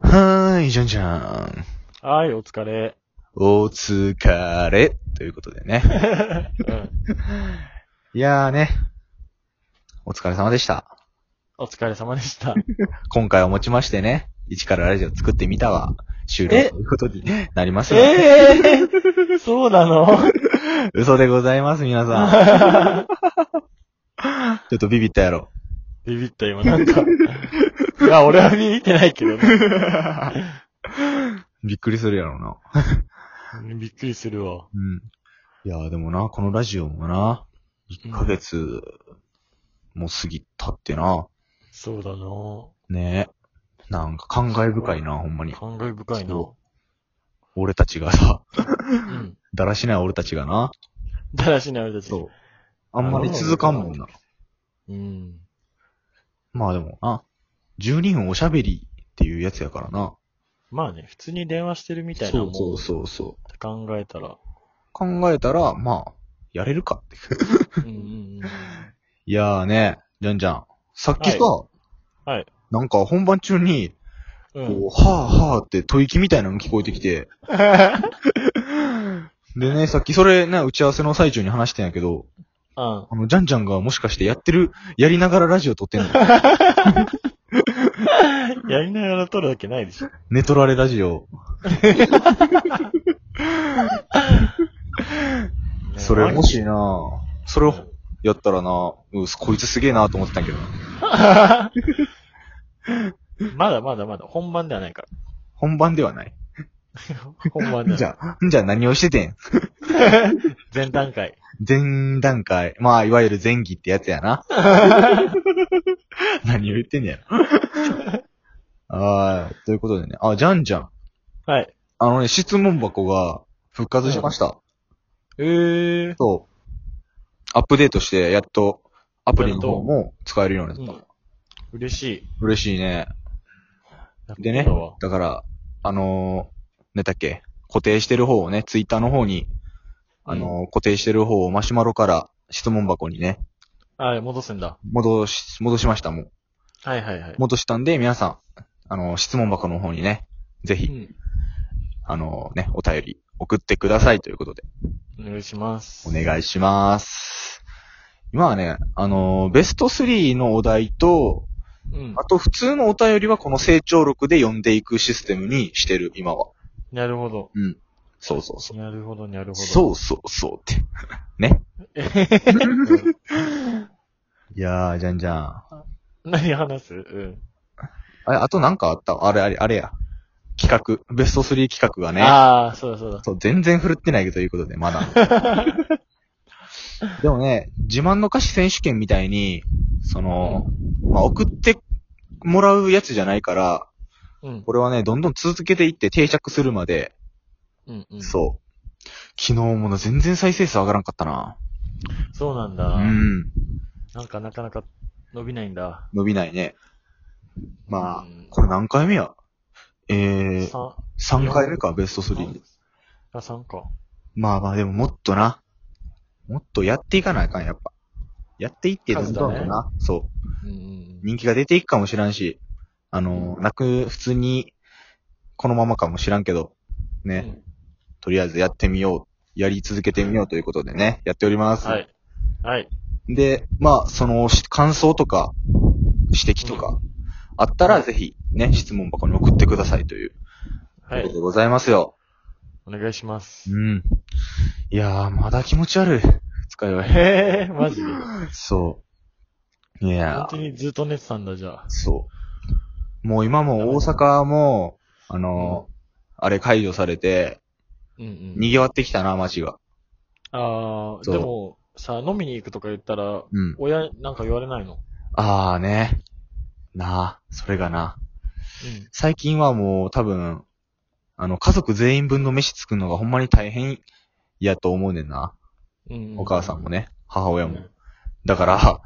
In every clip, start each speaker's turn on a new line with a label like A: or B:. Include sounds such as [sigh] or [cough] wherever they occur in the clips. A: はい、じゃんじゃん。
B: はい、お疲れ。
A: お疲れ。ということでね。
B: うん。
A: いやーね。お疲れ様でした。
B: お疲れ様でした。
A: 今回をもちましてね、一からラジオ作ってみたは、終了
B: え
A: ということになりますよ。
B: ええそうなの
A: 嘘でございます、皆さん。ちょっとビビったや [laughs] ろ。
B: ビビった今、なんか。いや、俺はビビってないけどね。
A: びっくりするやろな。
B: びっくりするわ。
A: うん。いやーでもな、このラジオもな、1ヶ月、もう過ぎたってな。
B: そうだな
A: ねえ。なんか感慨深いな、ほんまに。
B: 感慨深いな。
A: そ俺たちがさ、
B: うん。
A: だらしない俺たちがな。
B: だらしない俺たち。
A: う。あんまり続かんもんな。
B: うん。
A: まあでもな、12分おしゃべりっていうやつやからな。
B: まあね、普通に電話してるみたいなもん。
A: そうそうそう。
B: 考えたら。
A: 考えたら、まあ、やれるかって。
B: うんうんうん。
A: いやーね、じゃんじゃん。さっきさ、
B: いはい
A: なんか本番中に、こ
B: うん
A: う、はぁはぁって吐息みたいなの聞こえてき
B: [laughs]
A: て。でね、さっきそれね、打ち合わせの最中に話してんやけど、
B: うん。
A: あの、ジャンジャンがもしかしてやってる、やりながらラジオ撮ってんの
B: [laughs] やりながら撮るわけないでしょ。
A: 寝取られラジオ。それ、もしなそれをやったらなうん、こいつすげえなと思ってたんやけど。
B: [laughs] まだまだまだ、本番ではないか
A: 本番ではない。
B: ら。本番では
A: じ
B: ない。
A: ゃあ、じゃあ何をしててん
B: 前段階。
A: 前段階。まあ、いわゆる前期ってやつや [laughs] な。何を言ってんねやろ。ああ、ということでね。あ、ジャンジャン。
B: はい。
A: あのね、質問箱が復活しました。
B: えー。
A: そう。アップデートして、やっと、アプリの方も使えるようになった。
B: 嬉しい。
A: 嬉しいね。でね
B: そうだわ、
A: だから、あのー、なんだっけ、固定してる方をね、ツイッターの方に、あのー、固定してる方をマシュマロから質問箱にね、
B: あ、戻すんだ。
A: 戻し、戻しましたもん。
B: はいはいはい。
A: 戻したんで、皆さん、あのー、質問箱の方にね、ぜ
B: う
A: ひ、
B: ん。
A: あのー、ね、お便り送ってくださいということで、
B: お願いします。
A: お願いします。今はね、あのー、ベスト3のお題と、
B: うん
A: あ。と普通のお便りはこの成長力で読んでいくシステムにしてる、今は。
B: なるほど。
A: うん。そうそうそう。
B: なるほど、なるほど。
A: そうそうそうって。ね。
B: うん。
A: いやー、じゃんじゃん。あ
B: 何話すうん。
A: れ、あとなんかあったあれあれ、あれや。企画。ベスト3企画がね。
B: ああ、そうだそうだ。
A: そう、全然振るってないということで、
B: [laughs]
A: まだ。でもね、自慢の歌詞選手権みたいに、その、まあ、送ってもらうやつじゃないから、
B: うん。
A: これはね、どんどん続けていって定着するまで、
B: うんうん。う。
A: そう。昨日もな、全然再生数上がらんかったな。
B: そうなん
A: う
B: だ。
A: ん。
B: なんかなかなか伸びないんだ。
A: 伸びないね。まあ
B: うん、
A: これ何回目やえー、
B: さ
A: 3回目か、ベスト3。
B: あ、3か。
A: まあまあ、でももっとな。もっとやっていかなあかん、やっぱ。やっていって、どんどんと
B: 数
A: な、そう。
B: うんうんうん。
A: 人気が出ていくかもしらんし、あの、なく、普通に、このままかもしらんけど、ね、
B: うん
A: とりあえずやってみよう。やり続けてみようということでね、やっております。
B: はい。はい。
A: で、まあ、その、し感想とか、指摘とか、あったら、ぜひ、ね、質問箱に送ってくださいという、
B: は
A: こと
B: い。
A: でございますよ。
B: お願いします。
A: うん。いやー、まだ気持ち悪い。使いは。
B: へえ、マジで。
A: そう。いや
B: 本当
A: ー、
B: にずっと寝てたんだ、じゃあ。
A: そう。もう今も大阪も、あのー、あれ解除されて、
B: うんうん。
A: 賑わってきたな、街が。
B: ああ、
A: そう
B: でも、さ、飲みに行くとか言ったら、
A: うん。
B: 親、なんか言われないの
A: あーね。なあ、それがな。最近はもう多分、あの、家族全員分の飯作るのがほんまに大変やと思うねんな。
B: うん。うん、
A: お母さんも
B: ね。
A: ね、母親
B: う
A: も
B: ん。
A: だから、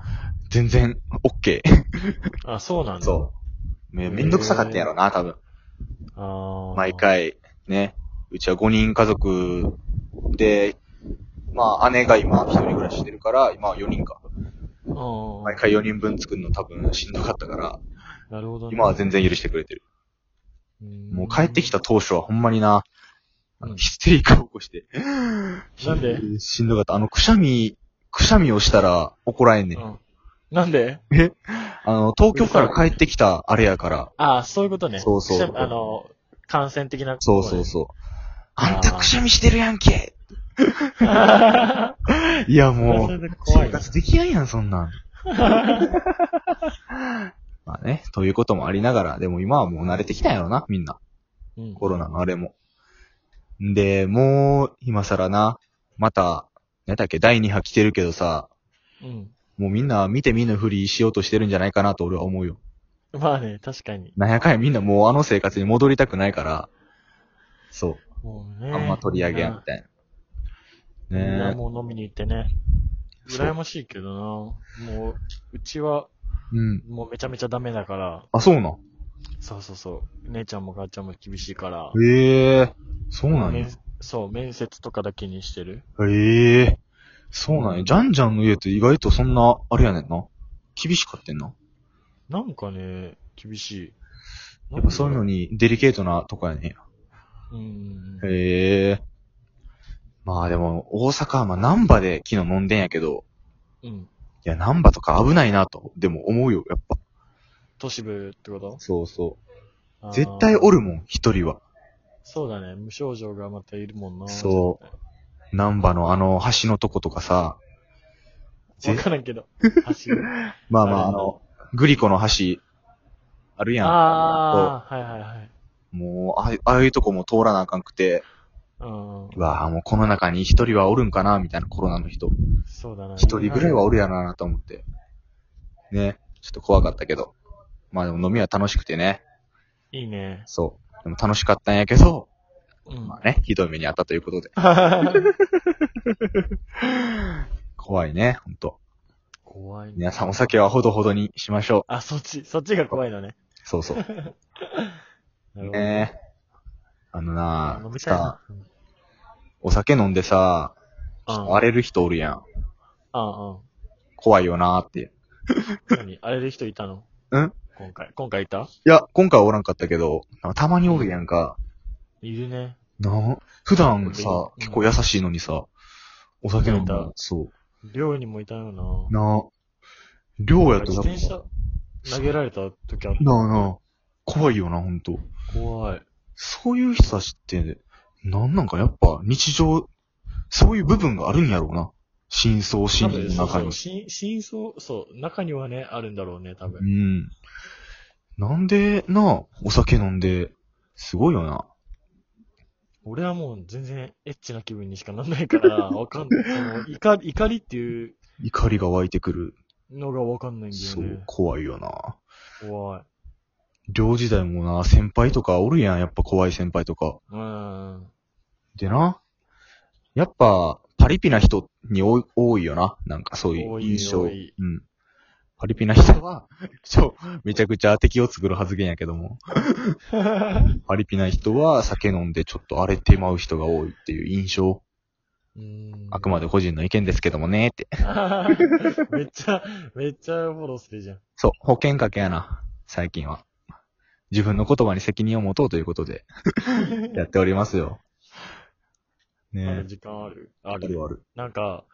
A: 全然、オッケ
B: あ、そうなん
A: ー。
B: だ。
A: そう。め、めんどくさかったんやろな、多分。
B: ああ。
A: 毎。回、ね。うちは5人家族で、まあ、姉が今一人暮らししてるから、今は4人か。
B: うん。
A: 毎回4人分作るの多分しんどかったから、
B: なるほど、ね。
A: 今は全然許してくれてる。もう帰ってきた当初はほんまにな、あ
B: う
A: の
B: ん
A: ヒステリックを起こして。
B: [laughs] なんで
A: しんどかった。あの、くしゃみ、くしゃみをしたら怒られんねん。
B: うん。なんで
A: あの、東京から帰ってきたあれやから。
B: ああ、そういうことね。
A: そうそう
B: くしゃみあの、感染的な、
A: そうそう
B: う。
A: そう。
B: あー
A: あんたくしゃみしてるやんけ [laughs] いや、も、
B: そうれで怖
A: 生
B: いな。
A: 活できないやん、そん
B: [laughs]
A: なん。まあね、ということもありながら、でも今はもう慣れてきたんやろな、みんな。
B: うん
A: コロナのあれも。んで、もう、今更な、また、なんだっけ、第2波来てるけどさ、
B: うん。
A: もうみんな見て見ぬふりしようとしてるんじゃないかなと俺は思うよ。
B: まあね、確かに。
A: なんやかんやみんなもうあの生活に戻りたくないから、そ
B: もう
A: う、
B: ね。
A: あんま取り上げやんみたいな。
B: みんな
A: ね
B: もう飲みに行ってね。
A: そう
B: 羨ましいけどな。もう、うちは、
A: え。うん。
B: もうめちゃめちゃダメだから。
A: あ、そうなん。
B: そうそうそう。姉ちゃんも母ちゃんも厳しいから。
A: へえそうなんや
B: 面。そう、面接とかだけにしてる。
A: へえそうなんや。ジャンジャンの家って意外とそんな、あれやねんな。厳しかってんな。
B: なんかね、厳しい。
A: やっぱそういうの
B: に。
A: にデリケートなとこやねんや。
B: うん。
A: へえ。まあでも、大阪はまあ、南波で昨日飲んでんやけど、
B: うん。
A: いや、南波とか危ないなと、でも思うよ、やっぱ。
B: 都市部ってこと
A: そうそう。
B: あー
A: 絶対おるもん、一人は。
B: そうだね。無症状がまたいるもんな。。
A: そう南波のあの、橋のとことかさ、
B: わ
A: ぜ
B: からん
A: [laughs]
B: けど。橋。
A: まあまあ、
B: あ
A: あ
B: れ
A: の、グリコの橋、あるやん。
B: ああ、はいはいはい。
A: もう、ああいうああいうとこも通らなあかんくて、
B: うん。
A: うわあ、もうこの中に一人はおるんかな、みたいなコロナの人。
B: そうだな。
A: 一人ぐらいはおるやろな、と思って。ね。ちょっと怖かったけど。まあでも飲みは楽しくてね。
B: いいね。
A: そう。でも楽しかったんやけど、
B: うん
A: ま。あね、ひどい目にあったということで。怖いね、ほんと。
B: 怖いね。
A: 皆さんお酒はほどほどにしましょ
B: あ、そっち、そっちが怖いのね。
A: う。そうそう。
B: [laughs] なるほど
A: ねあのな
B: 飲みたい
A: さ
B: な。
A: お酒飲んでさ、
B: あ
A: 荒れる人おるやん。
B: あ、
A: 怖いよなーって。
B: うん。何あれで人いたの
A: うん
B: 今回。今回いた
A: いや、今回はおらんかったけど、なんかたまにおるやんか。
B: いるね。
A: な普段さ
B: う、ん
A: 結構優しいのにさ、お酒飲ん
B: なん
A: だ
B: だ。
A: そ
B: 寮にもいたよ
A: う。
B: な。
A: な量やと
B: 自
A: な
B: 転車
A: な
B: 投げられた時あっ
A: あなあ怖いよな、ほんと。
B: た。怖い。
A: そういう人たちって、なんなんかやっぱ日常、そういう部分があるんやろうな。真相心理の中に。
B: 多分そうそうし真相、そう、中にはね、あるんだろうね、多
A: う
B: 分。
A: ん。なんでな、お酒飲んで、すごいよな。
B: 俺はもう全然エッチな気分にしかなんな
A: [laughs]
B: いから、わかんない。その怒り、怒りっていう
A: 怒りが湧いてくる。
B: のがわかんないんだよ
A: そう
B: ね、。
A: 怖いよな。
B: 怖い。
A: 寮時代もな、先輩とかおるやん、やっぱ怖い先輩とか。
B: うん。
A: でな、やっぱ、パリピな人に多い多いよな。なんかそういう印象。
B: 多い多い
A: うん。パリピな人は、 [laughs] ちょ、めちゃくちゃ敵を作る発言やけども。パリピな人は酒飲んでちょっと荒れてまう人が多いっていう印象。
B: うん
A: [laughs] あくまで個人の意見ですけどもねって。
B: [laughs] めっちゃ、めっちゃフォローするじゃん。
A: そう、保険かけやな。最近は。自分の言葉に責任を持とうということ
B: [laughs]
A: で、やっておりますよ。
B: ま
A: ね
B: だ
A: え。
B: 時間あるあ
A: ある
B: る。
A: ある。
B: なんか、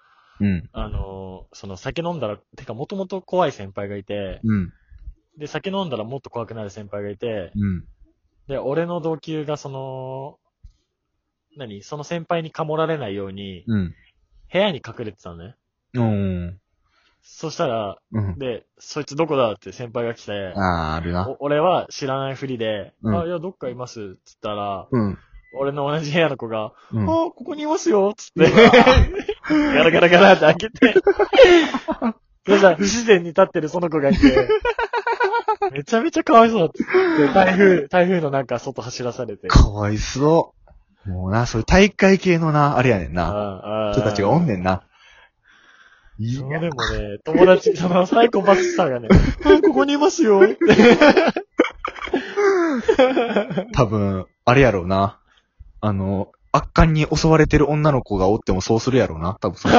A: うん。
B: あのーその酒飲んだら、てかもともと怖い先輩がいて、
A: うん。
B: で、酒飲んだらもっと怖くなる先輩がいて、
A: うん。
B: で、俺の同級がその、何その先輩にかもられないように、
A: うん。
B: 部屋に隠れてたのね。
A: うん。
B: そしたら、
A: うん。
B: で、そいつどこだって先輩が来て、
A: ああー、あるな。
B: お俺は知らないふりで、
A: うん
B: あ、いや、どっかいます、つったら、
A: うん。
B: 俺の同じ部屋の子が、
A: うん
B: あ、ここにいますよ、つって、 [laughs] ガラガラガラって開け [laughs] て、そしたら不自然に立ってるその子がいて、めちゃめちゃかわいそうだった。で台風、台風のなんか外走らされて。
A: かわいそう。もうな、そういう大会系のな、あれやねんな。
B: ああ
A: 人たちがおんねんな。い
B: そ
A: や
B: うでもね、友達、そのサイコパスさがね、あここにいますよって。
A: 多分、あれやろうな。あの、悪漢に襲わ
B: [laughs]
A: れてる女の子がおってもそうするやろうな。多分それ。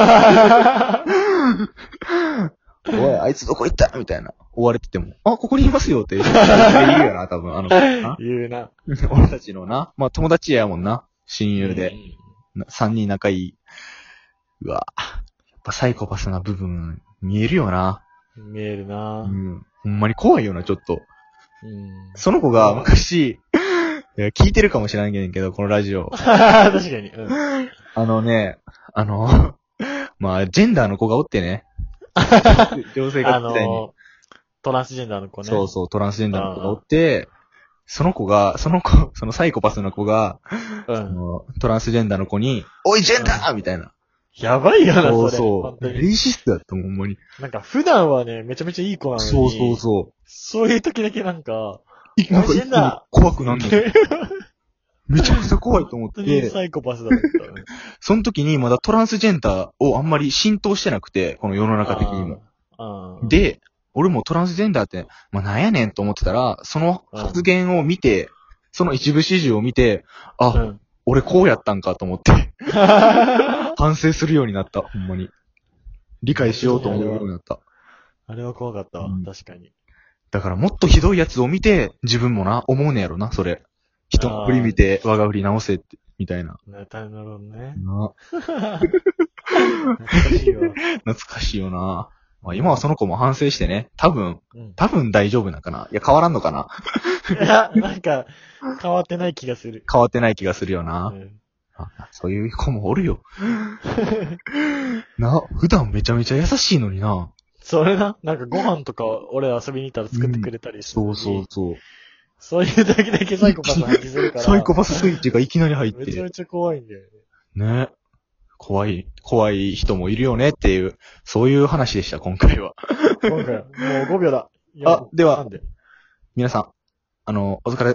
A: おい、あいつどこ行ったみたいな。追われてても、あ、ここにいますよって言う言うよな、多
B: [laughs]
A: 分。あの子な
B: 言うな。
A: 俺たちのな。まあ友達やもんな。親友で。な三人仲いい。うわやっぱサイコパスな部分、見えるよな。
B: うん。見 [laughs] える
A: う
B: な。
A: ん。ほんまに怖いよな、ちょっと。
B: うん。
A: その子が昔、いや聞いてるかもしれんけど、このラジオ。
B: 確かに。うん。
A: あのね、あの、 [laughs] まあ、ジェンダーの子がおって
B: [laughs]
A: ね。女性
B: あ
A: が時代に。
B: の、トランスジェンダーの子ね。
A: そうそう、トランスジェンダーの子がおって、その子が、その子、そのサイコパスの子が、
B: う
A: あ
B: ん。
A: のトランスジェンダーの子に、おい、ジェンダーみたいな。
B: やばいよな、それ。
A: そうそ
B: 本
A: う。
B: 当
A: レ
B: に
A: イシストやったもん、ほんまに。
B: なんか普段はね、めちゃめちゃいい子なのに。
A: そうそうそ
B: そういう時だけなんか、
A: う。なんか
B: ジ
A: 一気
B: ェン
A: に
B: ダ
A: 怖くなん
B: 本
A: のよめちゃくちゃ怖いと思っ
B: 当に
A: て、
B: サイコパスだったね。
A: その時にまだトランスジェンダーをあんまり浸透してなくて、この世の中的にも。
B: あー。
A: で、俺もトランスジェンダーって、まあ、なんやねんと思ってたら、その発言を見て、その一部始終を見て、あ、
B: あー、うん。
A: 俺こうやったんかと思って、反省するようになった、ほんまに。理解しようと思うようになった。
B: [laughs] あれは怖かったわ
A: うん、
B: 確かに。
A: だからもっとひどいやつを見て、自分もな、思うねやろな、それ。人の振り見て、我が振り直せって、みたいな。
B: な、なるほどね。
A: な
B: 懐かしいわ。
A: 懐かしいよな。まあ今はその子も反省してね、多分、
B: うん。
A: 多分大丈夫なんかな。いや、変わらんのかな。
B: いや、なんか、変わってない気がする。
A: 変わってない気がするよ
B: う
A: な。
B: ん
A: あそういう子もおるよ。 [laughs] な、普段めちゃめちゃ優しいのにな。
B: それな、なんかご飯とか俺遊びに行ったら作ってくれたりして、
A: そうそう。そう。
B: そういう時だけサイコパス発揮するから。
A: サイコパススイッチがいきなり入っ
B: めちゃめ
A: て。
B: ちゃ怖いんだよね。
A: ね。怖い、怖い人もいるよねっていう、そういう話でした、今回は。
B: 今回、もう5秒だ。
A: あでは
B: なんで
A: 皆さん、あの、お疲れ、